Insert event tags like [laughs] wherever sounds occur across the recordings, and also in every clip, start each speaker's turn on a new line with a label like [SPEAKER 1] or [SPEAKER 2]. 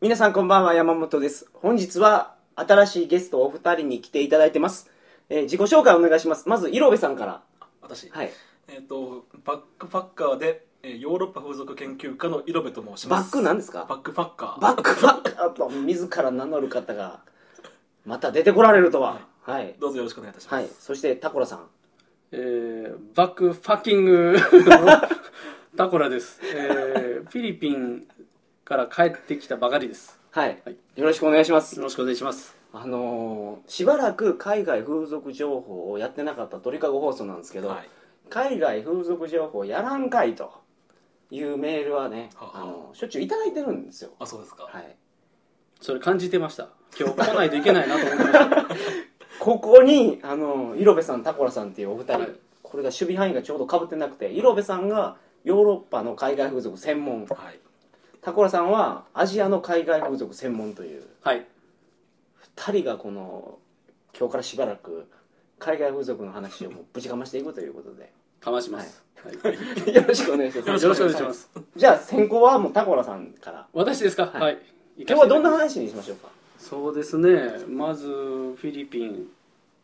[SPEAKER 1] 皆さんこんばんは、山本です。本日は新しいゲストお二人に来ていただいてます。えー自己紹介お願いします。まず、色部さんから。
[SPEAKER 2] 私、
[SPEAKER 1] はい。
[SPEAKER 2] えっ、とバックパッカーで、えーヨーロッパ風俗研究家のイロベと申しま
[SPEAKER 1] バッ
[SPEAKER 2] す
[SPEAKER 1] クなんですか
[SPEAKER 2] バックパッカー
[SPEAKER 1] バックパッカーと自ら名乗る方が、また出てこられるとは。はい。
[SPEAKER 2] どうぞよろしくお願いいたします、
[SPEAKER 1] はい。そして、タコラさん。
[SPEAKER 3] えー、バックファッキングのタコラです、えー、フィリピンから帰ってきたばかりです
[SPEAKER 1] はい
[SPEAKER 3] はい。
[SPEAKER 1] よろしくお願いします
[SPEAKER 3] よ。ろしくお願いします
[SPEAKER 1] あのーしばらく海外風俗情報をやってなかった鳥かご放送なんですけど、
[SPEAKER 2] はい
[SPEAKER 1] 海外風俗情報やらんかいというメールはね、
[SPEAKER 2] はあは
[SPEAKER 1] あ
[SPEAKER 2] あ
[SPEAKER 1] のしょっちゅういただいてるんですよ、
[SPEAKER 2] あそうですか、
[SPEAKER 1] はい、
[SPEAKER 3] それ感じてました今日来ないといけないなと思ってました
[SPEAKER 1] ここにあの色部さんタコラさんっていうお二人、
[SPEAKER 3] はい
[SPEAKER 1] これが守備範囲がちょうどかぶってなくて色部さんがヨーロッパの海外風俗専門
[SPEAKER 2] はい [laughs]
[SPEAKER 1] タコラさんはアジアの海外風俗専門という
[SPEAKER 3] はい
[SPEAKER 1] 二人がこの今日からしばらく海外風俗の話 [laughs] をもうぶちかましていくということで
[SPEAKER 3] かまします、はい
[SPEAKER 1] よろしくお願いします
[SPEAKER 3] よろしくお願いします
[SPEAKER 1] じゃあ先行はもうタコラさんから
[SPEAKER 3] 私ですかはい、
[SPEAKER 1] は
[SPEAKER 3] 今
[SPEAKER 1] 今日はどんな話にしましょうか
[SPEAKER 3] そうですねまずフィリピン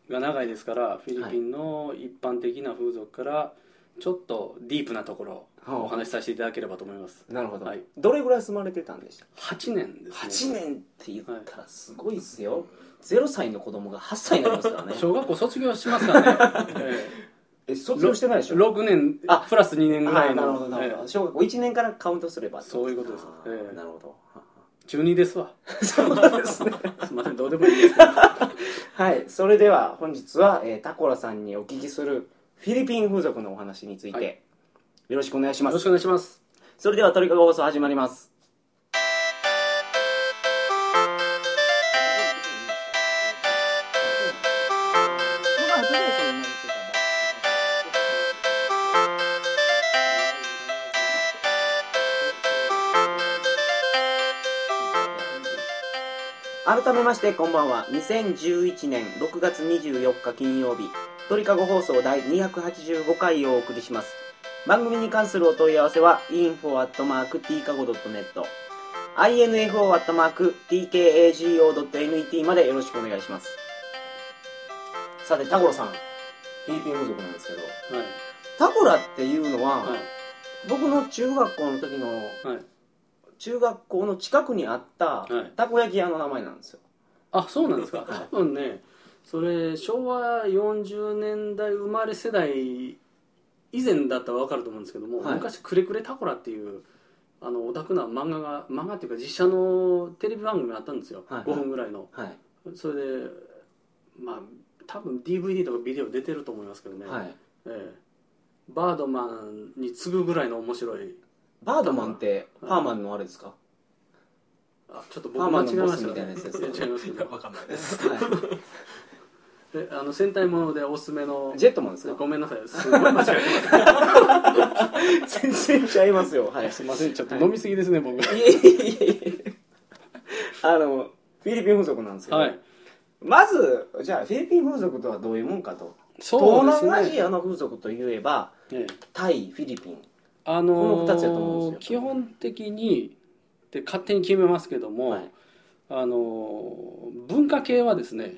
[SPEAKER 3] が長いですからフィリピンの一般的な風俗からちょっとディープなところをお話しさせていただければと思います
[SPEAKER 1] なるほど、
[SPEAKER 3] はい
[SPEAKER 1] どれぐらい住まれてたんでした
[SPEAKER 3] 8年です
[SPEAKER 1] 8
[SPEAKER 3] ね
[SPEAKER 1] 年って言ったらすごいっすよ、0歳の子供が8歳になりますからね
[SPEAKER 3] 小学校卒業しますからね、え
[SPEAKER 1] え [laughs] 卒業してないでしょ
[SPEAKER 3] 6年
[SPEAKER 1] あ
[SPEAKER 3] プラス2年ぐら
[SPEAKER 1] はいいなるほど
[SPEAKER 3] の、
[SPEAKER 1] なるほど、
[SPEAKER 3] え
[SPEAKER 1] 小学校1年からカウントすればって
[SPEAKER 3] そういうことです
[SPEAKER 1] あ
[SPEAKER 3] え
[SPEAKER 1] ー
[SPEAKER 3] え
[SPEAKER 1] なるほど
[SPEAKER 3] え中2ですわ
[SPEAKER 1] [laughs] そうなんですね
[SPEAKER 3] [laughs] すいませんどうでもいいですけど
[SPEAKER 1] はいそれでは本日は、えータコラさんにお聞きするフィリピン風俗のお話について、
[SPEAKER 3] はい
[SPEAKER 1] よろしくお願いし
[SPEAKER 3] よ
[SPEAKER 1] ま
[SPEAKER 3] ろし
[SPEAKER 1] す
[SPEAKER 3] くお願いします
[SPEAKER 1] それではトリカゴ放送始まります改めましてこんばんは2011年6月24日金曜日鳥かご放送第285回をお送りします番組に関するお問い合わせは info.tkago.net info.tkago.net までよろしくお願いしますさてタコラさんフィリピン風俗なんですけど
[SPEAKER 3] はい
[SPEAKER 1] タコラっていうのは、
[SPEAKER 3] はい
[SPEAKER 1] 僕の中学校の時の
[SPEAKER 3] はい
[SPEAKER 1] 中学校の近くにあった
[SPEAKER 3] はい
[SPEAKER 1] たこ焼き屋の名前なんですよ
[SPEAKER 3] あそうなんですか多分ねそれ昭和40年代生まれ世代以前だったら分かると思うんですけども、
[SPEAKER 1] はい
[SPEAKER 3] 昔「くれくれタコラ」っていうあのオタクな漫画が漫画っていうか実写のテレビ番組があったんですよ、
[SPEAKER 1] はい
[SPEAKER 3] 5分ぐらいの
[SPEAKER 1] はい、
[SPEAKER 3] それでまあ多分 DVD とかビデオ出てると思いますけどね、
[SPEAKER 1] はい、
[SPEAKER 3] ええ、バードマンに次ぐぐらいの面白い
[SPEAKER 1] バードマンってパーマンのあれですか、
[SPEAKER 3] あちょっと
[SPEAKER 1] パー
[SPEAKER 3] 僕
[SPEAKER 1] マン
[SPEAKER 3] 間違
[SPEAKER 1] の
[SPEAKER 3] え
[SPEAKER 1] ボ
[SPEAKER 3] ま
[SPEAKER 1] ス
[SPEAKER 3] し
[SPEAKER 1] み
[SPEAKER 3] た
[SPEAKER 1] たいな
[SPEAKER 3] ね
[SPEAKER 1] やつですよね
[SPEAKER 3] 違いますけ
[SPEAKER 2] いや
[SPEAKER 3] ど
[SPEAKER 2] わかんないです
[SPEAKER 1] は
[SPEAKER 3] であの戦隊ものでおすすめの
[SPEAKER 1] い、ジェットマンですか
[SPEAKER 3] ごめんなさいすごい間違えてま
[SPEAKER 1] 全然ちゃいますよはい
[SPEAKER 3] [laughs] すすいませんちょっと飲みすぎですね僕
[SPEAKER 1] いえいえいえあのフィリピン風俗なんですけど、
[SPEAKER 3] はい
[SPEAKER 1] まずじゃあフィリピン風俗とはどういうもんかと、
[SPEAKER 3] そ
[SPEAKER 1] 東
[SPEAKER 3] うです
[SPEAKER 1] 南ア
[SPEAKER 3] ね
[SPEAKER 1] ジアの風俗といえば
[SPEAKER 3] ええ
[SPEAKER 1] タイフィリピン
[SPEAKER 3] あ
[SPEAKER 1] この
[SPEAKER 3] の
[SPEAKER 1] 二つやと思うん
[SPEAKER 3] ー
[SPEAKER 1] です
[SPEAKER 3] 基
[SPEAKER 1] よ
[SPEAKER 3] 本的にで勝手に決めますけども、
[SPEAKER 1] はい
[SPEAKER 3] あのー文化系はですね、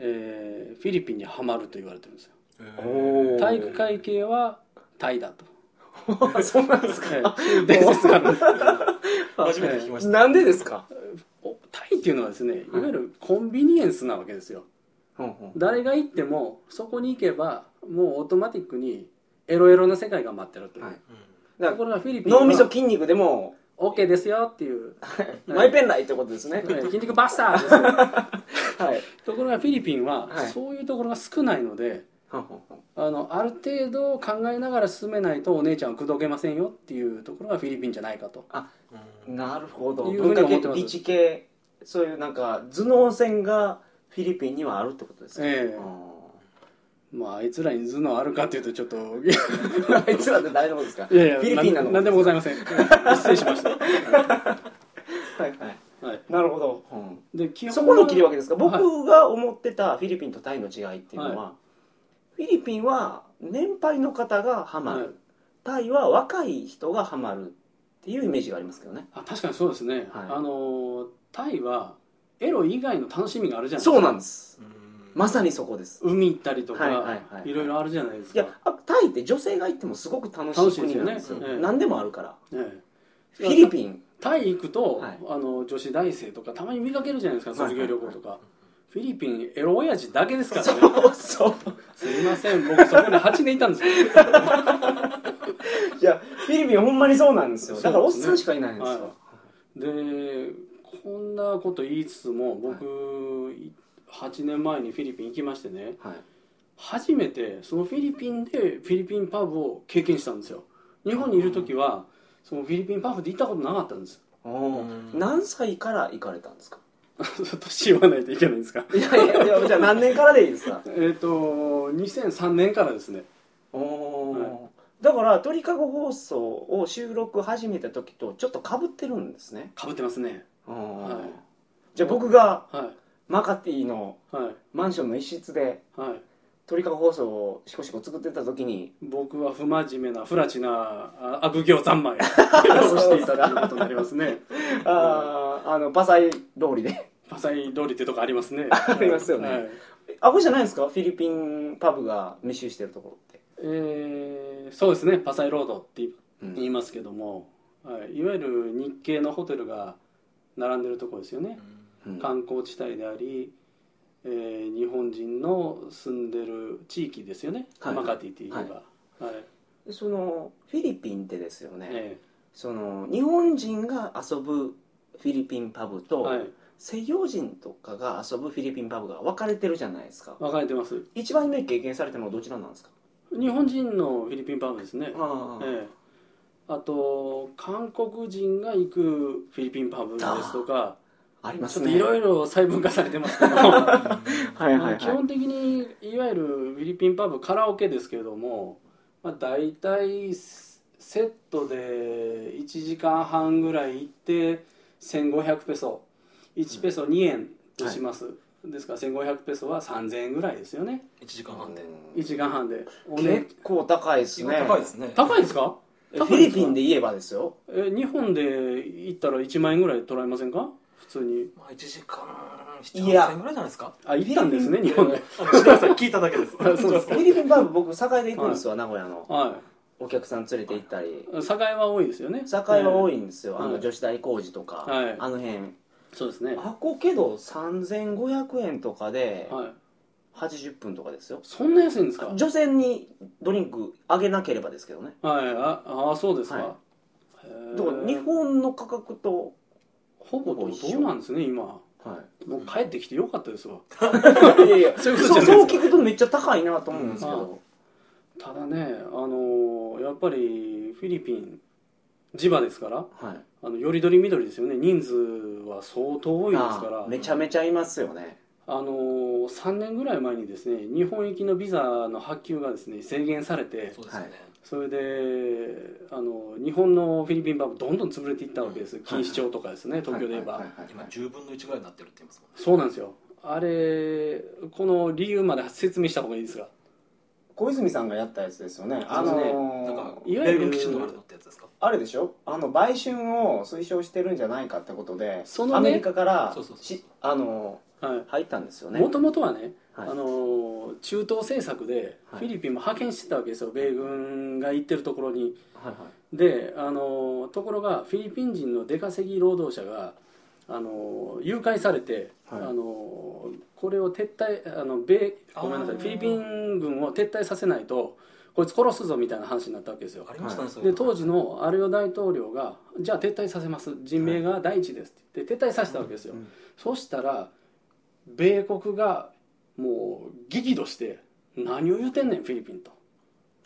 [SPEAKER 3] えーフィリピンにはまると言われてるんですよ
[SPEAKER 2] え
[SPEAKER 1] お
[SPEAKER 2] ー
[SPEAKER 1] ー
[SPEAKER 3] 体育会系はタイだ
[SPEAKER 1] [laughs]
[SPEAKER 3] と、
[SPEAKER 1] あそうなんです
[SPEAKER 3] え
[SPEAKER 1] か
[SPEAKER 3] え [laughs] そういう伝説があるんですけど
[SPEAKER 2] 初めて聞きました、
[SPEAKER 1] なんでですか
[SPEAKER 3] おタイっていうのはですねい
[SPEAKER 1] はい
[SPEAKER 3] わゆるコンビニエンスなわけですよ、
[SPEAKER 1] ほんほん
[SPEAKER 3] 誰が行ってもそこに行けばもうオートマティックにエロエロな世界が待ってるという、
[SPEAKER 1] はい
[SPEAKER 2] うん
[SPEAKER 1] だ
[SPEAKER 3] と
[SPEAKER 1] か
[SPEAKER 3] ころがフィリピ
[SPEAKER 1] ら
[SPEAKER 3] ンは
[SPEAKER 1] 脳みそ筋肉でも
[SPEAKER 3] OK ですよっていう
[SPEAKER 1] マイペンライってことですね
[SPEAKER 3] 「筋肉バスター!」ですよ
[SPEAKER 1] はい
[SPEAKER 3] ところがフィリピンは
[SPEAKER 1] はい
[SPEAKER 3] そういうところが少ないので
[SPEAKER 1] ほんほんほん
[SPEAKER 3] あのある程度考えながら進めないとお姉ちゃんを口説けませんよっていうところがフィリピンじゃないかと
[SPEAKER 2] うん
[SPEAKER 1] なるほど
[SPEAKER 3] いうふ
[SPEAKER 1] 文
[SPEAKER 3] うに
[SPEAKER 1] 化
[SPEAKER 3] 思
[SPEAKER 1] 系
[SPEAKER 3] ってます
[SPEAKER 1] 理知系そういうなんか頭脳戦がフィリピンにはあるってことですか、
[SPEAKER 3] ええまああいつらに頭脳あるかっていうとちょっ
[SPEAKER 1] [laughs]
[SPEAKER 3] とい
[SPEAKER 1] あーあいつらって大丈夫ですか
[SPEAKER 3] やいや
[SPEAKER 1] フィリピンなの
[SPEAKER 3] んでもございません失礼しました、
[SPEAKER 1] はいはい
[SPEAKER 3] はい、
[SPEAKER 1] なるほど、
[SPEAKER 3] で基本は
[SPEAKER 1] そこの切り分けですか
[SPEAKER 3] はい
[SPEAKER 1] 僕が思ってたフィリピンとタイの違いっていうのは、フィリピンは年配の方がハマる、
[SPEAKER 3] はい
[SPEAKER 1] タイは若い人がハマるっっていうイメージがありますけどね
[SPEAKER 3] あ確かにそうですね、
[SPEAKER 1] はい
[SPEAKER 3] あのタイはエロ以外の楽しみがあるじゃないですか
[SPEAKER 1] そうなんです
[SPEAKER 2] うん
[SPEAKER 1] まさにそこです
[SPEAKER 3] 海行ったりとか、
[SPEAKER 1] はい
[SPEAKER 3] い
[SPEAKER 1] はいはい
[SPEAKER 3] ろいろあるじゃないで
[SPEAKER 1] い
[SPEAKER 3] すか
[SPEAKER 1] やあタイって女性が行ってもすごく楽しい国なんですよ
[SPEAKER 2] 楽しいですよね
[SPEAKER 3] ええ
[SPEAKER 1] 何でもあるから
[SPEAKER 3] ええ
[SPEAKER 1] フィリピン
[SPEAKER 3] タイ行くと、
[SPEAKER 1] はい
[SPEAKER 3] あの女子大生とかたまに見かけるじゃないですか
[SPEAKER 1] はい
[SPEAKER 3] 卒業旅行とか、フィリピンエロ親父だけですからね
[SPEAKER 1] そうそう
[SPEAKER 3] すいません僕そこで8年いたんですよ
[SPEAKER 1] いやフィリピンほんまにそうなんですよ
[SPEAKER 3] そうです
[SPEAKER 1] だ
[SPEAKER 3] ね
[SPEAKER 1] からおっさんしかいないんですよ、
[SPEAKER 3] はでこんなこと言いつつも僕、8年前にフィリピン行きましてね
[SPEAKER 1] はい
[SPEAKER 3] 初めてそのフィリピンでフィリピンパブを経験したんですよ日本にいる時はそのフィリピンパブで行ったことなかったんです [laughs]
[SPEAKER 1] おー何歳から行かれたんですか
[SPEAKER 3] 年言わないといけないんですか
[SPEAKER 1] いやいやいやじゃあ何年からでいいですか [laughs]
[SPEAKER 3] えっ、と2003年からですね
[SPEAKER 1] おおー、
[SPEAKER 3] は
[SPEAKER 1] だから鳥かご放送を収録始めた時とちょっとかぶってるんですね
[SPEAKER 3] かぶってますねはい
[SPEAKER 1] じゃあ僕が
[SPEAKER 3] は
[SPEAKER 1] マカティの
[SPEAKER 3] いはい
[SPEAKER 1] マンションの一室で
[SPEAKER 3] はい
[SPEAKER 1] 鳥かご放送をしこしこ作ってた時 [laughs] に
[SPEAKER 3] 僕は不真面目な不らちなあ悪行
[SPEAKER 1] [laughs]
[SPEAKER 3] 三昧をしていたということになりますね
[SPEAKER 1] あーあのパサイ通りで
[SPEAKER 3] パサイ通りってとこありますね
[SPEAKER 1] ありますよね
[SPEAKER 3] はい
[SPEAKER 1] あこれじゃないですかフィリピンパブが密集してるところって、
[SPEAKER 3] えーそうですねパサイロードって
[SPEAKER 1] うん
[SPEAKER 3] 言いますけども、はい、いわゆる日系のホテルが並んでるところですよね、
[SPEAKER 1] うん
[SPEAKER 3] 観光地帯であり、えー日本人の住んでる地域ですよね、
[SPEAKER 1] はい
[SPEAKER 3] マカティっていうのが、はい
[SPEAKER 1] そのフィリピンってですよね、
[SPEAKER 3] え
[SPEAKER 1] その日本人が遊ぶフィリピンパブ
[SPEAKER 3] ー
[SPEAKER 1] と、
[SPEAKER 3] はい、
[SPEAKER 1] 西洋人とかが遊ぶフィリピンパブが分かれてるじゃないですか
[SPEAKER 3] 分かれてます
[SPEAKER 1] 一番目経験されたのはどちらなんですか
[SPEAKER 3] 日本人のフィリピンパブですね、
[SPEAKER 1] ああ
[SPEAKER 3] ええあと韓国人が行くフィリピンパブですとか
[SPEAKER 1] ありま
[SPEAKER 3] ち
[SPEAKER 1] す
[SPEAKER 3] ょっと
[SPEAKER 1] ね
[SPEAKER 3] いろいろ細分化されてますけど
[SPEAKER 1] はいはいはい
[SPEAKER 3] 基本的にいわゆるフィリピンパブカラオケですけれども、まあ、大体セットで1時間半ぐらい行って1500ペソ1ペソ2円とします、ですから1500ペソは3000円ぐらいですよね
[SPEAKER 2] 1時間半で
[SPEAKER 3] 1時間半でおね
[SPEAKER 1] 結構高いですね
[SPEAKER 2] 高いですね
[SPEAKER 3] 高いですか
[SPEAKER 1] えフィリピンで言えばですよ
[SPEAKER 3] え日本で行ったら1万円ぐらい取られませんか普通に
[SPEAKER 2] まあ1時間
[SPEAKER 1] いや
[SPEAKER 2] 78000円ぐらいじゃないですか
[SPEAKER 3] あ行ったんですね日本で
[SPEAKER 2] あ知
[SPEAKER 1] [laughs]
[SPEAKER 2] らない聞いただけです
[SPEAKER 3] あそうです
[SPEAKER 1] フィリピンパブ僕栄で行くんですわ名古屋の
[SPEAKER 3] は
[SPEAKER 1] お客さん連れて行ったり
[SPEAKER 3] い境は多いですよね
[SPEAKER 1] 栄は多
[SPEAKER 3] い、
[SPEAKER 1] いんですよあ
[SPEAKER 3] は
[SPEAKER 1] の
[SPEAKER 3] い
[SPEAKER 1] 女子大工事とか
[SPEAKER 3] はい
[SPEAKER 1] あの辺
[SPEAKER 3] そうですねは
[SPEAKER 1] あこけど3500円とかで
[SPEAKER 3] い
[SPEAKER 1] 80分とかですよ
[SPEAKER 3] そんな安いんですか
[SPEAKER 1] 女性にドリンクあげなければですけどね
[SPEAKER 3] はい、ああそうですか、
[SPEAKER 1] は
[SPEAKER 3] へー
[SPEAKER 1] だから日本の価格と、
[SPEAKER 3] ほぼどうなんですね今
[SPEAKER 1] は
[SPEAKER 3] もう帰ってきてよかったですわ
[SPEAKER 1] い、いやいや
[SPEAKER 3] そう [laughs] いうこと
[SPEAKER 1] そう
[SPEAKER 3] じゃ
[SPEAKER 1] そ
[SPEAKER 3] ない
[SPEAKER 1] う
[SPEAKER 3] です
[SPEAKER 1] 聞くとめっちゃ高いなと思うんですけ
[SPEAKER 3] う
[SPEAKER 1] ど、
[SPEAKER 3] ただねあのーやっぱりフィリピン地場ですから
[SPEAKER 1] はい
[SPEAKER 3] あのよりどりみどりですよね人数は相当多いですから
[SPEAKER 1] あ
[SPEAKER 3] あ
[SPEAKER 1] ーめちゃめちゃいますよね
[SPEAKER 3] のー3年ぐらい前にですね日本行きのビザの発給がですね制限されて
[SPEAKER 2] そうですよね
[SPEAKER 3] それであの日本のフィリピンバブどんどん潰れていったわけです
[SPEAKER 1] い
[SPEAKER 3] 錦糸町とかですね東京で言えば、
[SPEAKER 1] はいはいはい
[SPEAKER 2] 今
[SPEAKER 1] はい
[SPEAKER 2] 10分の1ぐらいになってるって言いますもんね
[SPEAKER 3] そうなんですよあれこの理由まで説明した方がいいですが
[SPEAKER 1] 小泉さんがやったやつですよねあ
[SPEAKER 3] そうですね
[SPEAKER 1] のー
[SPEAKER 2] なんか
[SPEAKER 3] いわゆ
[SPEAKER 2] 米
[SPEAKER 3] る
[SPEAKER 2] 軍基地のあれだってやつですか
[SPEAKER 1] あれでしょあの売春を推奨してるんじゃないかってことで
[SPEAKER 3] そのね
[SPEAKER 1] アメリカから
[SPEAKER 2] そうそうそう
[SPEAKER 1] しあの
[SPEAKER 3] は
[SPEAKER 1] 入ったんですよ
[SPEAKER 3] い
[SPEAKER 1] ね
[SPEAKER 3] もともとはね、
[SPEAKER 1] はい
[SPEAKER 3] あのー中東政策で
[SPEAKER 1] はい
[SPEAKER 3] フィリピンも派遣してたわけですよ米軍が行ってるところに
[SPEAKER 1] はいはい
[SPEAKER 3] で、あのーところがフィリピン人の出稼ぎ労働者が、あのー誘拐されて、
[SPEAKER 1] はい
[SPEAKER 3] あのーこれを撤退あの米ごめんなさい
[SPEAKER 2] あー
[SPEAKER 3] フィリピン軍を撤退させないとこいつ殺すぞみたいな話になったわけですよ
[SPEAKER 2] ありました
[SPEAKER 1] は
[SPEAKER 2] ね
[SPEAKER 1] い
[SPEAKER 2] そうい
[SPEAKER 3] で
[SPEAKER 2] うの
[SPEAKER 3] 当時のアレオ大統領が「じゃあ撤退させます人命が第一です」って言って撤退させたわけですよ、
[SPEAKER 1] うん
[SPEAKER 3] そしたら米国がもう激怒して「何を言うてんねんフィリピン」と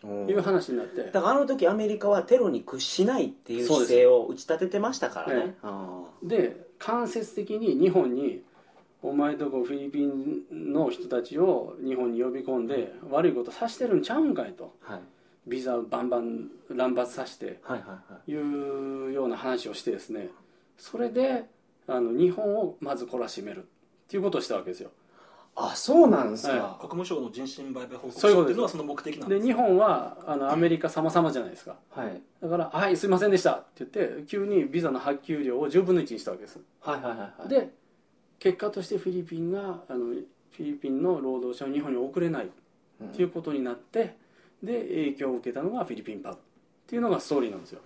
[SPEAKER 1] お
[SPEAKER 3] いう
[SPEAKER 1] ー
[SPEAKER 3] 話になって
[SPEAKER 1] だからあの時アメリカはテロに屈しないっていう姿勢を打ち立ててましたからね
[SPEAKER 3] ええ
[SPEAKER 1] あ
[SPEAKER 3] で間接的に日本に「お前とこフィリピンの人たちを日本に呼び込んで悪いことさしてるんちゃうんかい」と
[SPEAKER 1] ーはい
[SPEAKER 3] ビザバンバン乱発さして
[SPEAKER 1] はいはいはい
[SPEAKER 3] いうような話をしてですねそれであの日本をまず懲らしめるっていうことをしたわけですよ
[SPEAKER 1] あそうなんですか、
[SPEAKER 3] は
[SPEAKER 2] 国務省の人身売買報告
[SPEAKER 3] そういう
[SPEAKER 2] 書
[SPEAKER 3] こ
[SPEAKER 2] っ
[SPEAKER 3] と
[SPEAKER 2] ていう
[SPEAKER 3] です
[SPEAKER 2] のはその目的なんで
[SPEAKER 3] です日本はあのアメリカ様々じゃないですか
[SPEAKER 1] はい、はい
[SPEAKER 3] だから「はいすいませんでした」って言って急にビザの発給量を10分の1にしたわけです
[SPEAKER 1] はいはいはい
[SPEAKER 3] で結果としてフィリピンがあのフィリピンの労働者を日本に送れないっていうことになってで影響を受けたのがフィリピンパブっていうのがストーリーなんですよ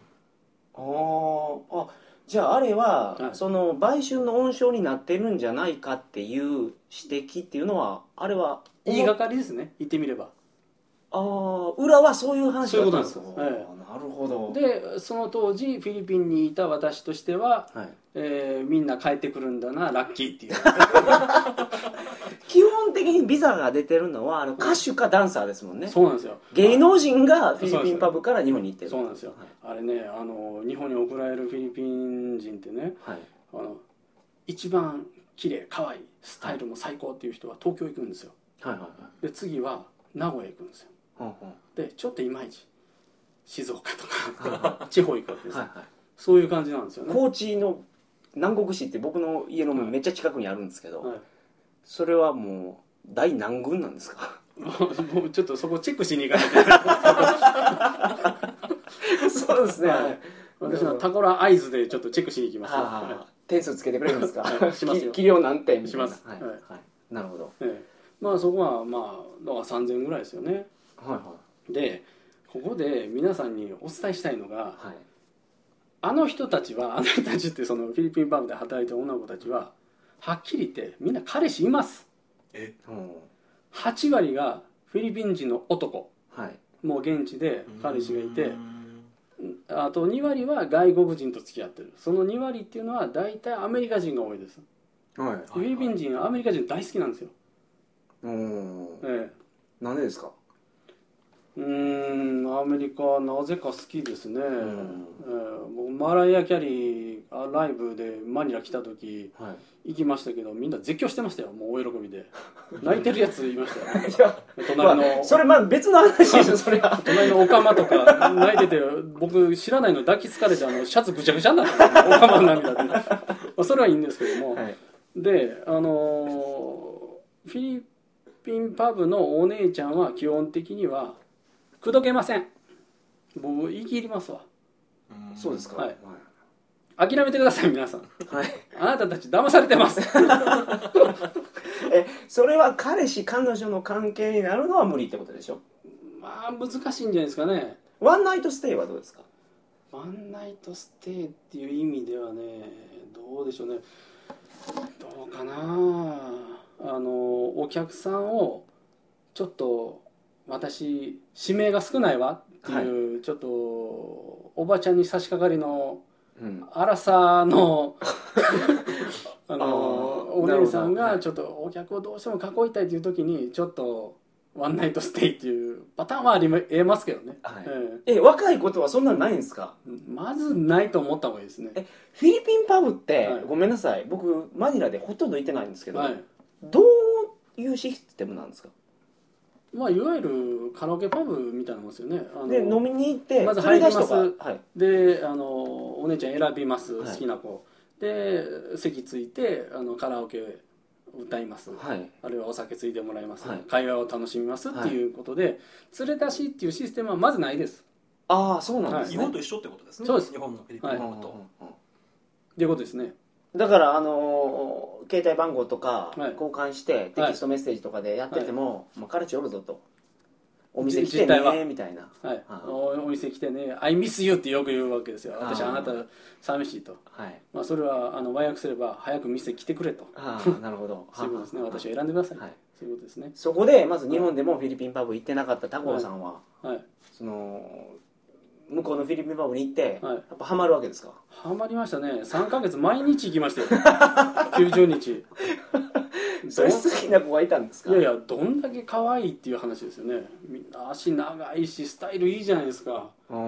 [SPEAKER 1] あーあじゃああれは、
[SPEAKER 3] はい
[SPEAKER 1] その売春の温床になってるんじゃないかっていう指摘っていうのはあれは
[SPEAKER 3] 言いがかりですね言ってみれば
[SPEAKER 1] あー裏はそういう話
[SPEAKER 3] そういうこ
[SPEAKER 1] だ
[SPEAKER 3] とな
[SPEAKER 1] っ
[SPEAKER 3] んで
[SPEAKER 1] た
[SPEAKER 3] す
[SPEAKER 1] ん
[SPEAKER 3] え
[SPEAKER 1] かなるほど
[SPEAKER 3] でその当時フィリピンにいた私としては、
[SPEAKER 1] はい、
[SPEAKER 3] えーみんな帰ってくるんだなラッキーっていう
[SPEAKER 1] 基本的にビザが出てるのはあの歌手かダンサーですもんね
[SPEAKER 3] [laughs] そうなんですよ
[SPEAKER 1] 芸能人がフィリピンパブから日本に行ってる
[SPEAKER 3] そうなんですよあれねあの日本に送られるフィリピン人ってね
[SPEAKER 1] はい、はい
[SPEAKER 3] あの一番綺麗可愛いスタイルも最高っていう人は東京行くんですよ
[SPEAKER 1] はいはい
[SPEAKER 3] で次は名古屋行くんですよ
[SPEAKER 1] ほんほん
[SPEAKER 3] でちょっといまいち静岡とか地方行くわけです、
[SPEAKER 1] はいはい
[SPEAKER 3] そういう感じなんですよね、
[SPEAKER 1] 高知の南国市って僕の家のめっちゃ近くにあるんですけど、
[SPEAKER 3] はい
[SPEAKER 1] それはもう大南軍なんですか
[SPEAKER 3] もうもうちょっとそこチェックしに行かな
[SPEAKER 1] [laughs]
[SPEAKER 3] いと
[SPEAKER 1] そうですね、
[SPEAKER 3] はい私はタコラアイズでちょっとチェックしに行きます、
[SPEAKER 1] はあ、点数つけてくれるんですか、
[SPEAKER 3] はいしますよ
[SPEAKER 1] き器量何点みたいな
[SPEAKER 3] します
[SPEAKER 1] はい、
[SPEAKER 3] はい
[SPEAKER 1] はい、なるほど
[SPEAKER 3] ええまあそこはまあだから3000ぐらいですよね
[SPEAKER 1] はいは
[SPEAKER 3] でここで皆さんにお伝えしたいのが
[SPEAKER 1] いはい
[SPEAKER 3] あの人たちはあの人たちってそのフィリピンパブで働いた女の子たちははっきり言ってみんな彼氏います
[SPEAKER 2] え
[SPEAKER 1] うん
[SPEAKER 3] 8割がフィリピン人の男
[SPEAKER 1] はい
[SPEAKER 3] もう現地で彼氏がいて
[SPEAKER 2] うーん
[SPEAKER 3] あと2割は外国人と付き合ってるその2割っていうのは大体アメリカ人が多いです
[SPEAKER 1] はい
[SPEAKER 2] いはい
[SPEAKER 3] フィリピン人はアメリカ人大好きなんですよ、
[SPEAKER 1] うん
[SPEAKER 3] ええ
[SPEAKER 1] なんでですか
[SPEAKER 3] うーんアメリカなぜか好きですね、
[SPEAKER 1] ん
[SPEAKER 3] ええもうマライア・キャリーあライブでマニラ来た時
[SPEAKER 1] はい
[SPEAKER 3] 行きましたけどみんな絶叫してましたよもう大喜
[SPEAKER 1] [laughs]
[SPEAKER 3] びで泣いてるやついましたよ
[SPEAKER 1] いや、
[SPEAKER 3] 隣の
[SPEAKER 1] まあそれまあ別の話でしょそれは
[SPEAKER 3] 隣のオカマとか泣いてて僕知らないのに抱きつかれてあのシャツぐちゃぐちゃになったんですよオカマの涙で、まあ、それはいいんですけども、
[SPEAKER 1] はい
[SPEAKER 3] であのーフィリピンパブのお姉ちゃんは基本的には口説けません僕言い切りますわ
[SPEAKER 2] ん
[SPEAKER 1] そうですか
[SPEAKER 3] はい諦めてください皆さん
[SPEAKER 1] はい、はい、
[SPEAKER 3] あなたたち騙されてます
[SPEAKER 1] えそれは彼氏彼女の関係になるのは無理ってことでしょ
[SPEAKER 3] まあ難しいんじゃないですかね
[SPEAKER 1] ワンナイトステイはどうですか
[SPEAKER 3] ワンナイトステイっていう意味ではねどうでしょうねどうかなあのお客さんをちょっと私指名が少ないわっていう、ちょっとおばちゃんに差し掛かりの
[SPEAKER 1] うんは
[SPEAKER 3] 荒さ
[SPEAKER 1] [laughs]
[SPEAKER 3] のあ
[SPEAKER 1] あー
[SPEAKER 3] のお姉さん
[SPEAKER 1] なるほどは
[SPEAKER 3] が
[SPEAKER 1] い
[SPEAKER 3] ちょっとお客をどうしても囲いたいという時にちょっとワンナイトステイっていうパターンはありえますけどね、
[SPEAKER 1] い、
[SPEAKER 3] え
[SPEAKER 1] え若いことはそんなんないんですか
[SPEAKER 3] えまずないと思った方がいいですね
[SPEAKER 1] えフィリピンパブって、
[SPEAKER 3] はい
[SPEAKER 1] ごめんなさい僕マニラでほとんど行ってないんですけど、
[SPEAKER 3] はい
[SPEAKER 1] どういうシステムなんですか
[SPEAKER 3] まあ、いわゆるカラオケパブみたいなもんですよねあの
[SPEAKER 1] で飲みに行って
[SPEAKER 3] まず
[SPEAKER 1] 借り出しとか
[SPEAKER 3] 入り
[SPEAKER 1] はい
[SPEAKER 3] であのお姉ちゃん選びます
[SPEAKER 1] は
[SPEAKER 3] 好
[SPEAKER 1] い
[SPEAKER 3] きな子、で席ついてあのカラオケ歌います、
[SPEAKER 1] はい
[SPEAKER 3] あるいはお酒ついてもらいます、
[SPEAKER 1] はい
[SPEAKER 3] 会話を楽しみますっていうことで、連れ出しっていうシステムはまずないです
[SPEAKER 1] ああそうなんです
[SPEAKER 2] 日
[SPEAKER 1] ね、
[SPEAKER 2] 本と一緒ってことですね
[SPEAKER 3] そうです
[SPEAKER 2] 日本のフィリピン
[SPEAKER 3] は
[SPEAKER 2] の
[SPEAKER 1] う
[SPEAKER 3] い
[SPEAKER 1] んうんうん
[SPEAKER 2] こと、
[SPEAKER 3] っていうことですね
[SPEAKER 1] だからあのー携帯番号とか
[SPEAKER 3] はい
[SPEAKER 1] 交換してテキストメッセージとかでやってても、まあ、彼氏おるぞとお店来て
[SPEAKER 3] 実態は
[SPEAKER 1] ねみたいな
[SPEAKER 3] はい
[SPEAKER 1] あー
[SPEAKER 3] おお店来てね「I miss you」ってよく言うわけですよ私
[SPEAKER 1] あー
[SPEAKER 3] あなた寂しいと、
[SPEAKER 1] はい
[SPEAKER 3] まあ、それはあの和訳すれば「早く店来てくれ」と
[SPEAKER 1] ああなるほど
[SPEAKER 3] [laughs] そういうことですね私を選んでください、
[SPEAKER 1] はい
[SPEAKER 3] そういうことですね
[SPEAKER 1] そこでまず日本でもフィリピンパブ行ってなかったタコさんは、
[SPEAKER 3] はい
[SPEAKER 1] その向こうのフィリピンパブに行って、
[SPEAKER 3] はい
[SPEAKER 1] やっぱハマるわけですか
[SPEAKER 3] ハマりましたね3ヶ月毎日行きましたよ
[SPEAKER 1] [laughs]
[SPEAKER 3] 90日
[SPEAKER 1] それ好きな子がいたんですか
[SPEAKER 3] いやいやどんだけ可愛いっていう話ですよねみんな足長いしスタイルいいじゃないですか
[SPEAKER 1] うん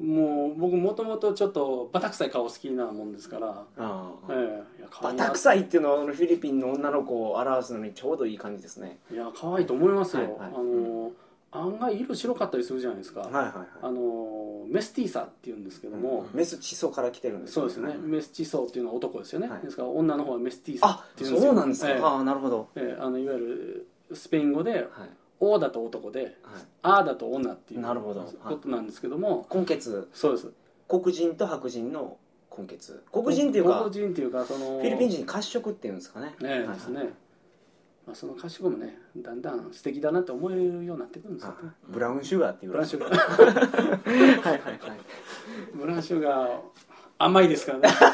[SPEAKER 3] もう僕もともとちょっとバタ臭い顔好きなもんですから、
[SPEAKER 1] あ
[SPEAKER 3] え
[SPEAKER 1] あ
[SPEAKER 3] えいや可
[SPEAKER 1] バ
[SPEAKER 3] 愛いな
[SPEAKER 1] タ臭いっていうのはあのフィリピンの女の子を表すのにちょうどいい感じですね
[SPEAKER 3] いや可愛いと思いますよ、
[SPEAKER 1] はいはい
[SPEAKER 3] あの案外色白かったりするじゃないですか、
[SPEAKER 1] はいはい
[SPEAKER 3] あ
[SPEAKER 1] は
[SPEAKER 3] のメスティーサっていうんですけども、
[SPEAKER 1] いメス地層から来てるんです
[SPEAKER 3] そうですよね、メスチソーっていうのは男ですよね、
[SPEAKER 1] はい
[SPEAKER 3] ですから女の方はメスティーサ
[SPEAKER 1] あ
[SPEAKER 3] っていうんですよ
[SPEAKER 1] そうなんです
[SPEAKER 3] ええ
[SPEAKER 1] かああなるほど
[SPEAKER 3] えーあのいわゆるスペイン語で
[SPEAKER 1] はい
[SPEAKER 3] 「王だと男で
[SPEAKER 1] はい
[SPEAKER 3] 「あ」だと女っていう
[SPEAKER 1] なるほどはい
[SPEAKER 3] ことなんですけども、
[SPEAKER 1] 根血
[SPEAKER 3] そうです
[SPEAKER 1] 黒人と白人の根血黒人っていうか
[SPEAKER 3] 黒人っていうかその
[SPEAKER 1] フィリピン人褐色っていうんですかね
[SPEAKER 3] ええですね、まあ、その歌詞語もねだんだん素敵だなって思えるようになってくるんです
[SPEAKER 1] はい
[SPEAKER 3] よ
[SPEAKER 1] は
[SPEAKER 3] ね
[SPEAKER 1] いブラウンシュガーっていう
[SPEAKER 3] ブランシュガー
[SPEAKER 1] ュガーはいはいはい
[SPEAKER 3] [laughs] ブランシュガー甘いですからね、
[SPEAKER 1] はい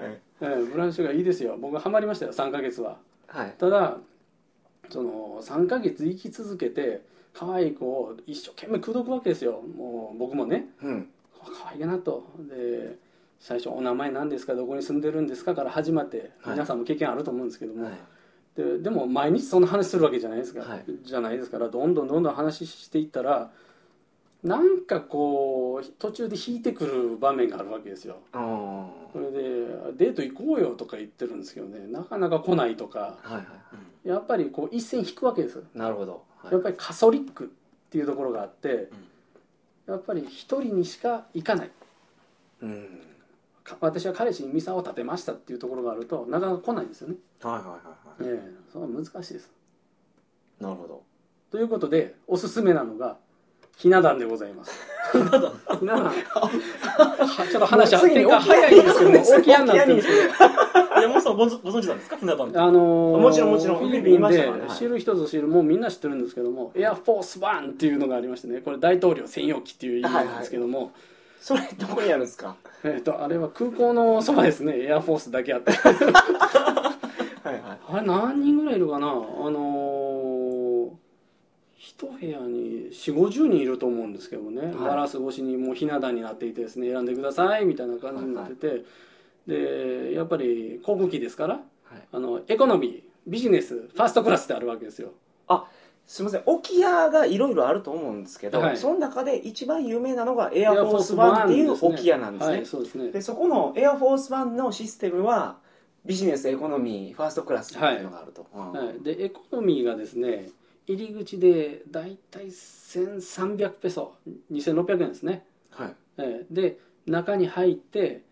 [SPEAKER 3] ええブランシュガーいいですよ僕はハマりましたよ3ヶ月は
[SPEAKER 1] はい
[SPEAKER 3] ただその3ヶ月生き続けて可愛い子を一生懸命口説くわけですよもう僕もね
[SPEAKER 1] うん
[SPEAKER 3] 可愛いなとで最初「お名前何ですかどこに住んでるんですか?」から始まって
[SPEAKER 1] はい
[SPEAKER 3] 皆さんも経験あると思うんですけども、
[SPEAKER 1] はい
[SPEAKER 3] ででも毎日そんな話するわけじゃないですか、
[SPEAKER 1] はい
[SPEAKER 3] じゃないですからどんどんどんどん話していったらなんかこう途中で引いてくる場面があるわけですよ
[SPEAKER 1] あー
[SPEAKER 3] それで「デート行こうよ」とか言ってるんですけどねなかなか来ないとか
[SPEAKER 1] はいはい
[SPEAKER 3] やっぱりこう一線引くわけですよ
[SPEAKER 1] なるほどはい
[SPEAKER 3] やっぱりカソリックっていうところがあって、やっぱり一人にしか行かない
[SPEAKER 1] うん
[SPEAKER 3] か私は彼氏にミサを立てましたっていうところがあるとなかなか来ないんですよね、
[SPEAKER 1] はいはいはい
[SPEAKER 3] え
[SPEAKER 1] は
[SPEAKER 3] えそれは難しいです
[SPEAKER 1] いなるほど
[SPEAKER 3] ということでおすすめなのがひな壇でございますひな壇 [laughs] ちょっと話は
[SPEAKER 1] もう次に
[SPEAKER 3] 展開早いんですけど
[SPEAKER 1] 沖合
[SPEAKER 3] 沖合になってるんですけ
[SPEAKER 2] 山本さんご存ご存知なんですかひな壇って
[SPEAKER 3] どあのー
[SPEAKER 1] もちろんもちろん
[SPEAKER 3] フィリピ
[SPEAKER 1] 見
[SPEAKER 3] ン
[SPEAKER 1] ました
[SPEAKER 3] で
[SPEAKER 1] からねはい
[SPEAKER 3] 知る人ぞ知るもうみんな知ってるんですけどもエアフォースワンっていうのがありましてねこれ大統領専用機っていう意味なんですけども、
[SPEAKER 1] それどこにあるんですか
[SPEAKER 3] えっとあれは空港のそばですねエアフォースだけあって
[SPEAKER 1] はいはい
[SPEAKER 3] あれ何人ぐらいいるかなあのー一部屋に4 5 0人いると思うんですけどね、ガラス越しにもうひな壇になっていてですね選んでくださいみたいな感じになってて、でやっぱり航空機ですから
[SPEAKER 1] はい
[SPEAKER 3] あのエコノミービジネスファーストクラスってあるわけですよ
[SPEAKER 1] すみません沖屋がいろいろあると思うんですけど、
[SPEAKER 3] はい
[SPEAKER 1] その中で一番有名なのがエアフォースワンっていう沖屋なんですね
[SPEAKER 3] はいそうですね
[SPEAKER 1] でそこのエアフォースワンのシステムはビジネスエコノミーファーストクラスっていうのがあると、うん
[SPEAKER 3] はい、でエコノミーがですね入り口でだいたい1300ペソ2600円ですね、
[SPEAKER 1] はい
[SPEAKER 3] えーで中に入って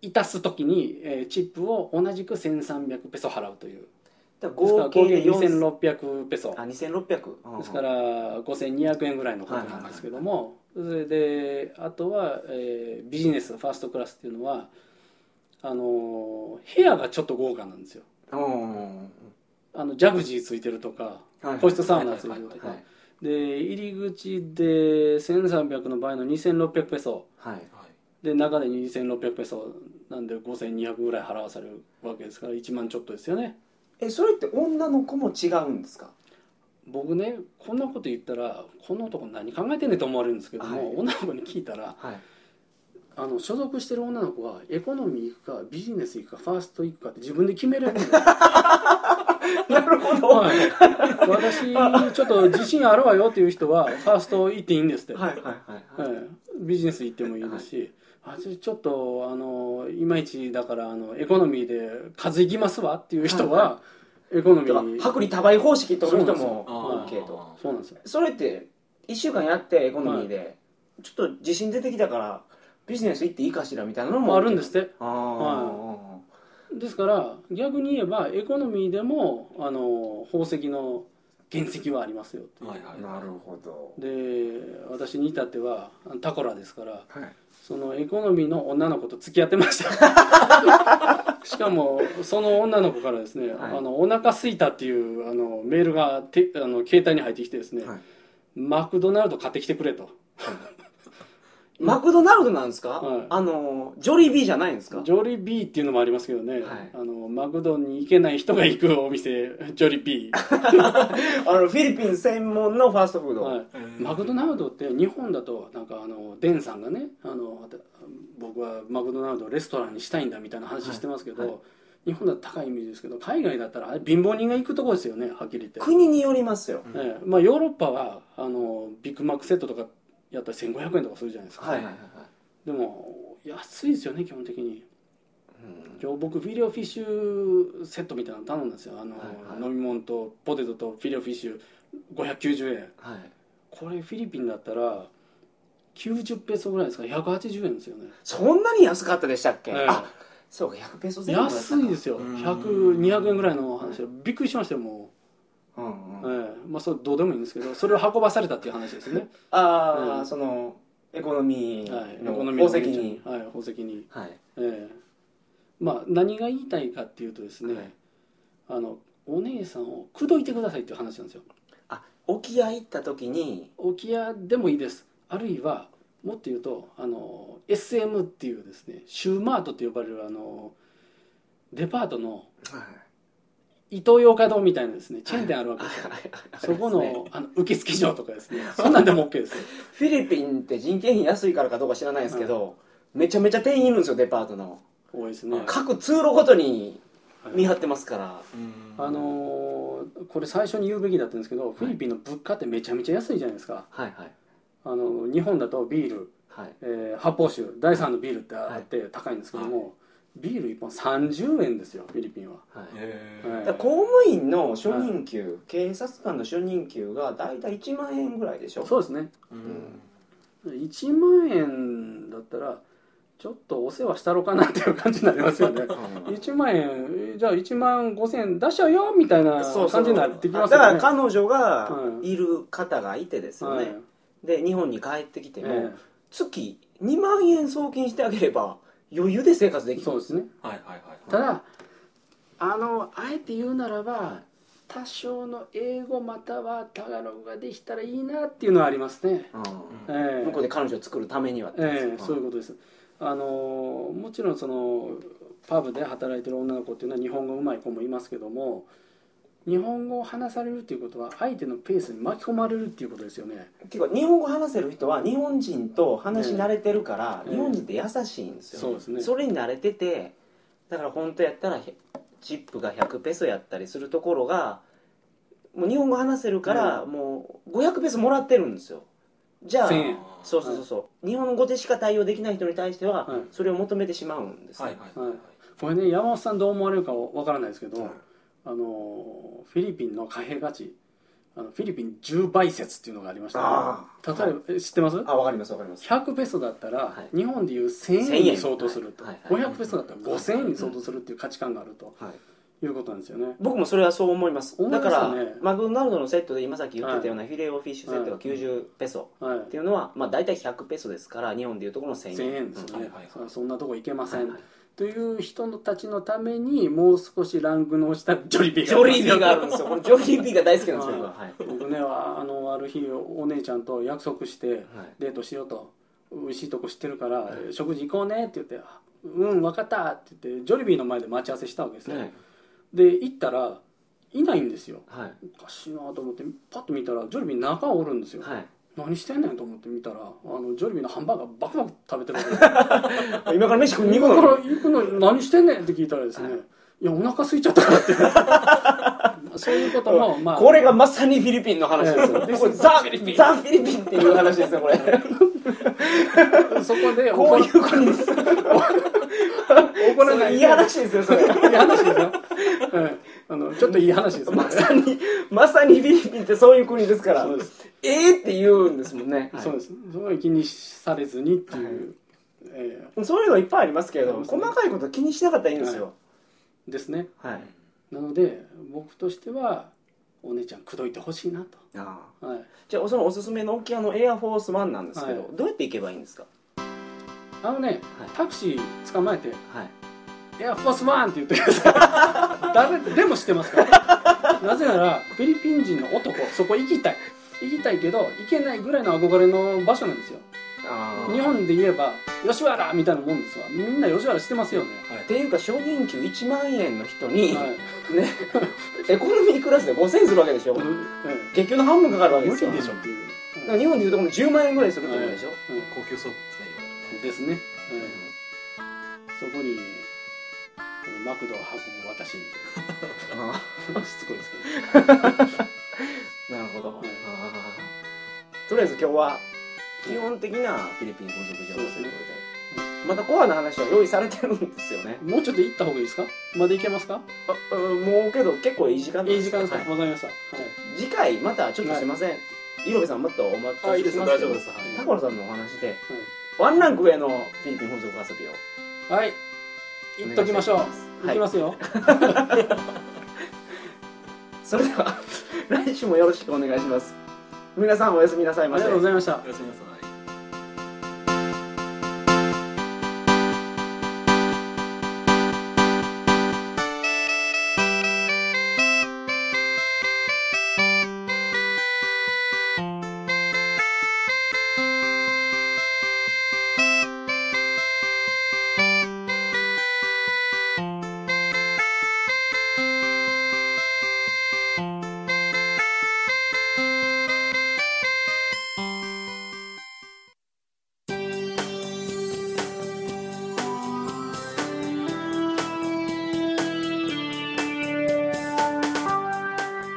[SPEAKER 3] いたす時に、えーチップを同じく1300ペソ払うという
[SPEAKER 1] だから
[SPEAKER 3] ですから
[SPEAKER 1] 合
[SPEAKER 3] 合計
[SPEAKER 1] 計で4
[SPEAKER 3] 2600ペソ
[SPEAKER 1] あ2600、うん
[SPEAKER 3] ですから5200円ぐらいのことなんですけども、それであとは、えービジネスファーストクラスっていうのはあのー部屋がちょっと豪華なんですよ
[SPEAKER 1] うんはい
[SPEAKER 3] あのジャグジーついてるとか
[SPEAKER 1] はい
[SPEAKER 3] 個室サウナついてるとか
[SPEAKER 1] はい
[SPEAKER 3] で入り口で1300の場合の2600ペソ
[SPEAKER 1] はいはい
[SPEAKER 3] で中で2600ペソなんで5200ぐらい払わされるわけですから1万ちょっとですよね
[SPEAKER 1] えそれって女の子も違うんですか
[SPEAKER 3] 僕ねこんなこと言ったらこの男何考えてんねんと思われるんですけども、
[SPEAKER 1] はい
[SPEAKER 3] 女の子に聞いたら
[SPEAKER 1] はい
[SPEAKER 3] あの所属してる女の子はエコノミー行くかビジネス行くかファースト行くかって自分で決めれるんだ
[SPEAKER 1] [laughs]
[SPEAKER 3] よ
[SPEAKER 1] [laughs] なるほどは
[SPEAKER 3] はい私ちょっと自信あるわよっていう人はファースト行っていいんですって
[SPEAKER 1] いはいはいはい
[SPEAKER 3] ええビジネス行ってもいいですし、あちょちょっとあのいまいちだからあのエコノミーで数行きますわっていう人は、エコノミ
[SPEAKER 1] だから
[SPEAKER 3] ー
[SPEAKER 1] 薄利多売方式取る人
[SPEAKER 3] そうな
[SPEAKER 1] も
[SPEAKER 3] んです
[SPEAKER 1] OK と
[SPEAKER 3] そうなんですよ
[SPEAKER 1] それって1週間やってエコノミーで、ちょっと自信出てきたからビジネス行っていいかしらみたいなのも
[SPEAKER 3] あるんですって
[SPEAKER 1] ああ、
[SPEAKER 3] はですから逆に言えばエコノミーでもあの宝石の原石はありますよっていう
[SPEAKER 2] はいはい
[SPEAKER 1] なるほど、
[SPEAKER 3] で私に至ってはタコラですから
[SPEAKER 1] はい、
[SPEAKER 3] そのエコノミーの女の子と付き合ってま
[SPEAKER 1] [laughs]
[SPEAKER 3] したしかもその女の子からですね、
[SPEAKER 1] はい
[SPEAKER 3] あのお腹すいたっていうあのメールがてあの携帯に入ってきてですね、
[SPEAKER 1] はい
[SPEAKER 3] マクドナルド買ってきてくれと
[SPEAKER 1] マクドナルドなんですか、
[SPEAKER 3] はい
[SPEAKER 1] あのジョリビーじゃないんですか
[SPEAKER 3] ジョリビーっていうのもありますけどね、
[SPEAKER 1] はい
[SPEAKER 3] あのマクドに行けない人が行くお店ジョリビー、
[SPEAKER 1] あのフィリピン専門のファーストフード、
[SPEAKER 3] はいマクドナルドって日本だとなんかあのデンさんがねあの僕はマクドナルドをレストランにしたいんだみたいな話してますけど、
[SPEAKER 1] はいは
[SPEAKER 3] 日本だと高いイメージですけど海外だったらあれ貧乏人が行くとこですよねはっきり言って、
[SPEAKER 1] 国によりますよ、
[SPEAKER 3] ええまあ、ヨーロッパはあのビッグマックセットとかやったら1500円とかするじゃないですか、
[SPEAKER 1] はいはいはい
[SPEAKER 3] でも安いですよね基本的に今日僕フィレオフィッシュセットみたいなの頼んだんですよあの、
[SPEAKER 1] はいはい
[SPEAKER 3] 飲み物とポテトとフィレオフィッシュ590円
[SPEAKER 1] はい、
[SPEAKER 3] これフィリピンだったら90ペソぐらいですから180円ですよね
[SPEAKER 1] そんなに安かったでしたっけ、
[SPEAKER 3] ええ
[SPEAKER 1] あそうか100ペソ前後だったか
[SPEAKER 3] 安いですよ
[SPEAKER 2] うん
[SPEAKER 3] 100200円ぐらいの話でびっくりしましたよも
[SPEAKER 1] うん
[SPEAKER 3] う、
[SPEAKER 1] うん、
[SPEAKER 3] ええまあそれどうでもいいんですけどそれを運ばされたっていう話です
[SPEAKER 1] [laughs]
[SPEAKER 3] ね、
[SPEAKER 1] ああ、
[SPEAKER 3] うん
[SPEAKER 1] そのエコノミ
[SPEAKER 3] はい、
[SPEAKER 1] ーの
[SPEAKER 3] 好み
[SPEAKER 1] 宝石に、
[SPEAKER 3] はい宝石に
[SPEAKER 1] はい
[SPEAKER 3] ええまあ何が言いたいかっていうとですね、
[SPEAKER 1] はい
[SPEAKER 3] あのお姉さんを口説いてくださいっていう話なんですよ
[SPEAKER 1] あ沖合行った時に
[SPEAKER 3] 置屋でもいいですあるいはもっと言うとあの SM っていうですねシューマートと呼ばれるあのデパートのイトーヨーカドーみたいなですねチェーン店あるわけですよ、そこ
[SPEAKER 1] あります
[SPEAKER 3] のあの受付所とかですね [laughs] そんなんでも OK ですよ
[SPEAKER 1] フィリピンって人件費安いからかどうか知らないですけど、めちゃめちゃ店員いるんですよデパートの、
[SPEAKER 3] 多いですね、
[SPEAKER 1] 各通路ごとに
[SPEAKER 3] はい
[SPEAKER 1] 見張ってますから、
[SPEAKER 3] あのーこれ最初に言うべきだったんですけど、フィリピンの物価ってめちゃめちゃ安いじゃないですか
[SPEAKER 1] はいはい
[SPEAKER 3] あの日本だとビール
[SPEAKER 1] はい
[SPEAKER 3] えー発泡酒第3のビールってあって高いんですけども、ビール1本30円ですよフィリピンは
[SPEAKER 1] はい
[SPEAKER 2] え
[SPEAKER 3] はい
[SPEAKER 2] ー
[SPEAKER 1] だから公務員の初任給、警察官の初任給が大体1万円ぐらいでしょ
[SPEAKER 3] そうですね
[SPEAKER 2] うん
[SPEAKER 3] 1万円だったらちょっとお世話したろかなっていう感じになります
[SPEAKER 1] [laughs]
[SPEAKER 3] よね
[SPEAKER 1] うん
[SPEAKER 3] 1万円えーじゃあ1万5千円出しちゃうよみたいな
[SPEAKER 1] そうそう
[SPEAKER 3] 感じになってきます
[SPEAKER 1] だ
[SPEAKER 3] よ
[SPEAKER 1] か
[SPEAKER 3] ね
[SPEAKER 1] ら彼女が
[SPEAKER 3] はい
[SPEAKER 1] いる方がいてですよ
[SPEAKER 3] は
[SPEAKER 1] ね、
[SPEAKER 3] い
[SPEAKER 1] で日本に帰ってきても、
[SPEAKER 3] え
[SPEAKER 1] 月2万円送金してあげれば余裕で生活で
[SPEAKER 3] え
[SPEAKER 1] き
[SPEAKER 3] そう
[SPEAKER 1] る
[SPEAKER 3] ですね
[SPEAKER 2] はいはいはい
[SPEAKER 3] ただあのあえて言うならば多少の英語またはタガログができたらいいなっていうのはありますね、
[SPEAKER 1] う
[SPEAKER 3] え
[SPEAKER 1] ん
[SPEAKER 3] え
[SPEAKER 1] 向こうで彼女を作るためにはってことです
[SPEAKER 3] え
[SPEAKER 1] よ
[SPEAKER 3] え、そういうことです。あのもちろんそのパブで働いてる女の子っていうのは日本語うまい子もいますけども日本語を話されるっていうことは相手のペースに巻き込まれるっていうことですよね。
[SPEAKER 1] 結構日本語話せる人は日本人と話し慣れてるから、
[SPEAKER 3] ええ
[SPEAKER 1] 日本人って優しいんですよ、
[SPEAKER 3] そうですね
[SPEAKER 1] れに慣れててだから本当やったらへチップが100ペソやったりするところがもう日本語話せるから、もう500ペソもらってるんですよじゃあ
[SPEAKER 3] 1000円
[SPEAKER 1] そうそうそうそう、日本語でしか対応できない人に対しては、
[SPEAKER 3] はい
[SPEAKER 1] それを求めてしまうんですね、
[SPEAKER 2] はいはいはい
[SPEAKER 3] これね山本さんどう思われるかわからないですけど、
[SPEAKER 2] はい
[SPEAKER 3] あのフィリピンの貨幣価値あのフィリピン10倍説っていうのがありました
[SPEAKER 1] あ
[SPEAKER 3] 例えば、え知ってます
[SPEAKER 1] あわかりますわかります
[SPEAKER 3] 100ペソだったら
[SPEAKER 1] はい
[SPEAKER 3] 日本でいう1000円に相当すると
[SPEAKER 1] はいはい
[SPEAKER 3] 500ペソだったら5000円に相当するっていう価値観があると
[SPEAKER 1] はい
[SPEAKER 3] いうことなんですよね。
[SPEAKER 1] 僕もそれはそう思います
[SPEAKER 3] 思いま
[SPEAKER 1] だ
[SPEAKER 3] す
[SPEAKER 1] か
[SPEAKER 3] よ
[SPEAKER 1] ら、
[SPEAKER 3] ね
[SPEAKER 1] マクドナルドのセットで今さっき言ってたようなフィレオフィッシュセットが90ペソ、
[SPEAKER 3] はい
[SPEAKER 1] っていうのは、まあ、大体100ペソですから日本でいうところの1000円
[SPEAKER 3] 1000円ですよ
[SPEAKER 2] はい
[SPEAKER 3] ね
[SPEAKER 2] はいはい、
[SPEAKER 3] そそんなとこ行けません、
[SPEAKER 1] はい
[SPEAKER 3] という人たちのためにもう少しランクの落ちたジョリビー
[SPEAKER 1] ジョ [laughs] リービーがあ
[SPEAKER 3] る
[SPEAKER 1] るんですよこれジョリービーが大好きなんですよ僕ははい
[SPEAKER 3] 僕ねああのある日お姉ちゃんと約束して
[SPEAKER 1] はい
[SPEAKER 3] デートしようと美味しいとこ知ってるから、食事行こうねって言ってあ「うん分かった」って言ってジョリビーの前で待ち合わせしたわけですよ、
[SPEAKER 1] はい
[SPEAKER 3] で行ったらいないんですよ
[SPEAKER 1] はい
[SPEAKER 3] おかしいなと思ってパッと見たらジョリビー中おるんですよ、
[SPEAKER 1] はい
[SPEAKER 3] 何してんねんと思って見たらあのジョリビーのハンバーガーバクバク食べてるわけですよ
[SPEAKER 1] 今から飯食いに行
[SPEAKER 3] 今
[SPEAKER 1] く
[SPEAKER 3] か
[SPEAKER 1] の
[SPEAKER 3] ら行くのに何してんねんって聞いたらですね、い、やお腹空いちゃったからって [laughs] そういうこともまあ
[SPEAKER 1] これがまさにフィリピンの話ですよ
[SPEAKER 3] ええ
[SPEAKER 1] これザ・フィリピンザ・フィリピンっていう話ですよこれ
[SPEAKER 3] そこで
[SPEAKER 1] こうい
[SPEAKER 3] 怒
[SPEAKER 1] うことです
[SPEAKER 3] 怒らない
[SPEAKER 1] いい話ですよそれ
[SPEAKER 3] いい話ですよ、うんあのちょっといい話ですよね
[SPEAKER 1] まさにまさにフィリピンってそういう国ですから
[SPEAKER 3] そうです、
[SPEAKER 1] ええって言うんですもんね
[SPEAKER 3] そうですそこは気にされずにっていう、え
[SPEAKER 1] そういうのいっぱいありますけ
[SPEAKER 3] あり
[SPEAKER 1] ど
[SPEAKER 3] ますね
[SPEAKER 1] 細かいこと気にしなかったらいいんですよ
[SPEAKER 3] ーですね
[SPEAKER 1] はい
[SPEAKER 3] なので僕としてはお姉ちゃん口説いてほしいな
[SPEAKER 1] ああ
[SPEAKER 3] と、はい、
[SPEAKER 1] じゃあそのおすすめの沖縄のエアフォースワンなんですけど、
[SPEAKER 3] はい
[SPEAKER 1] どうやって行けばいいんですか
[SPEAKER 3] あのねタクシー捕まえて
[SPEAKER 1] はい
[SPEAKER 3] エアフォースワンって言ってください誰でも知ってますからなぜならフィリピン人の男そこ行きたい行きたいけど行けないぐらいの憧れの場所なんですよ
[SPEAKER 1] あー
[SPEAKER 3] 日本で言えば吉原みたいなもんですわみんな吉原知ってますよね、
[SPEAKER 1] っていうか初任給1万円の人に、
[SPEAKER 3] はい
[SPEAKER 1] ねエコノミークラスで5000円するわけでしょ
[SPEAKER 3] うん
[SPEAKER 1] 月給の半分かかるわ
[SPEAKER 3] ええ
[SPEAKER 1] け
[SPEAKER 3] 無
[SPEAKER 1] ですよ
[SPEAKER 3] 理でしょっていう、
[SPEAKER 1] だから日本でいうとこの10万円ぐらいするってことでしょ、
[SPEAKER 3] う
[SPEAKER 2] 高級そうですね
[SPEAKER 3] んですね、ええそこにこのマクドを運ぶ私み
[SPEAKER 1] あ
[SPEAKER 3] たいなしつこいですけど
[SPEAKER 1] ーなるほど、
[SPEAKER 3] は
[SPEAKER 1] あ
[SPEAKER 3] い
[SPEAKER 1] ーとりあえず今日は基本的なフィリピン風俗情報ということでまだコアな話は用意されてるんですよね
[SPEAKER 3] もうちょっと行った方がいいですかまで行けますか
[SPEAKER 1] ああもうけど結構いい時間なん
[SPEAKER 3] いい時間ですか
[SPEAKER 1] はい
[SPEAKER 3] わかりましたは
[SPEAKER 1] 次回またちょっとすいません色部さんまたお待
[SPEAKER 2] あいい
[SPEAKER 1] たせ
[SPEAKER 2] で
[SPEAKER 1] し
[SPEAKER 2] す
[SPEAKER 1] ますけ
[SPEAKER 2] 大丈
[SPEAKER 1] ど
[SPEAKER 2] 夫です
[SPEAKER 1] タコラさんのお話でワンランク上のフィリピン風俗遊びを
[SPEAKER 3] いはい行っときましょう
[SPEAKER 1] お願いします
[SPEAKER 3] 行きますよ
[SPEAKER 1] それでは [laughs] 来週もよろしくお願いします皆さんおやすみなさい
[SPEAKER 3] あり
[SPEAKER 1] ま
[SPEAKER 3] が
[SPEAKER 1] せ
[SPEAKER 3] とうございました
[SPEAKER 2] おやすみなさい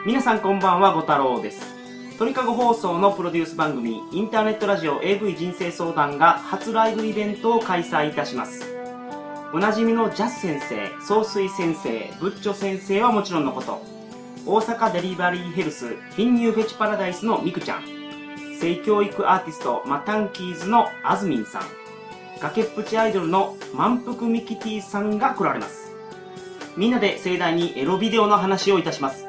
[SPEAKER 1] 皆さんこんばんは、ご太郎です。鳥かご放送のプロデュース番組、インターネットラジオ AV 人生相談が初ライブイベントを開催いたします。おなじみのジャス先生、総帥先生、ブッチョ先生はもちろんのこと、大阪デリバリーヘルス、貧乳フェチパラダイスのミクちゃん、性教育アーティスト、マタンキーズのあずみんさん、崖っぷちアイドルの満腹ミキティさんが来られます。みんなで盛大にエロビデオの話をいたします。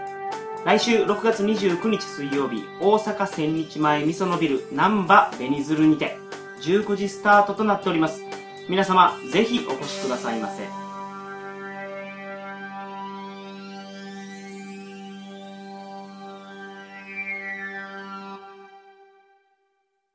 [SPEAKER 1] 来週6月29日水曜日大阪千日前みそのビル難波紅鶴にて19時スタートとなっております皆様ぜひお越しくださいませ